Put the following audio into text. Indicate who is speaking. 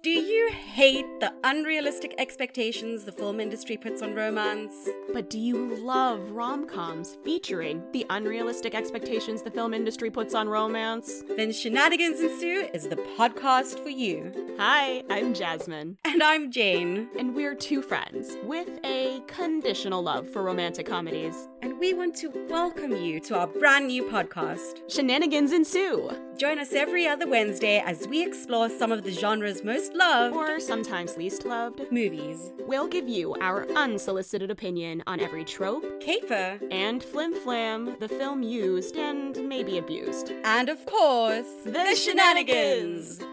Speaker 1: Do you hate the unrealistic expectations the film industry puts on romance?
Speaker 2: But do you love rom coms featuring the unrealistic expectations the film industry puts on romance?
Speaker 1: Then Shenanigans Ensue is the podcast for you.
Speaker 2: Hi, I'm Jasmine.
Speaker 1: And I'm Jane.
Speaker 2: And we're two friends with a conditional love for romantic comedies.
Speaker 1: And we want to welcome you to our brand new podcast.
Speaker 2: Shenanigans ensue!
Speaker 1: Join us every other Wednesday as we explore some of the genre's most loved
Speaker 2: Or sometimes least loved,
Speaker 1: movies,
Speaker 2: we'll give you our unsolicited opinion on every trope
Speaker 1: caper,
Speaker 2: and flim flam the film used and maybe abused.
Speaker 1: and of course,
Speaker 2: The Shenanigans!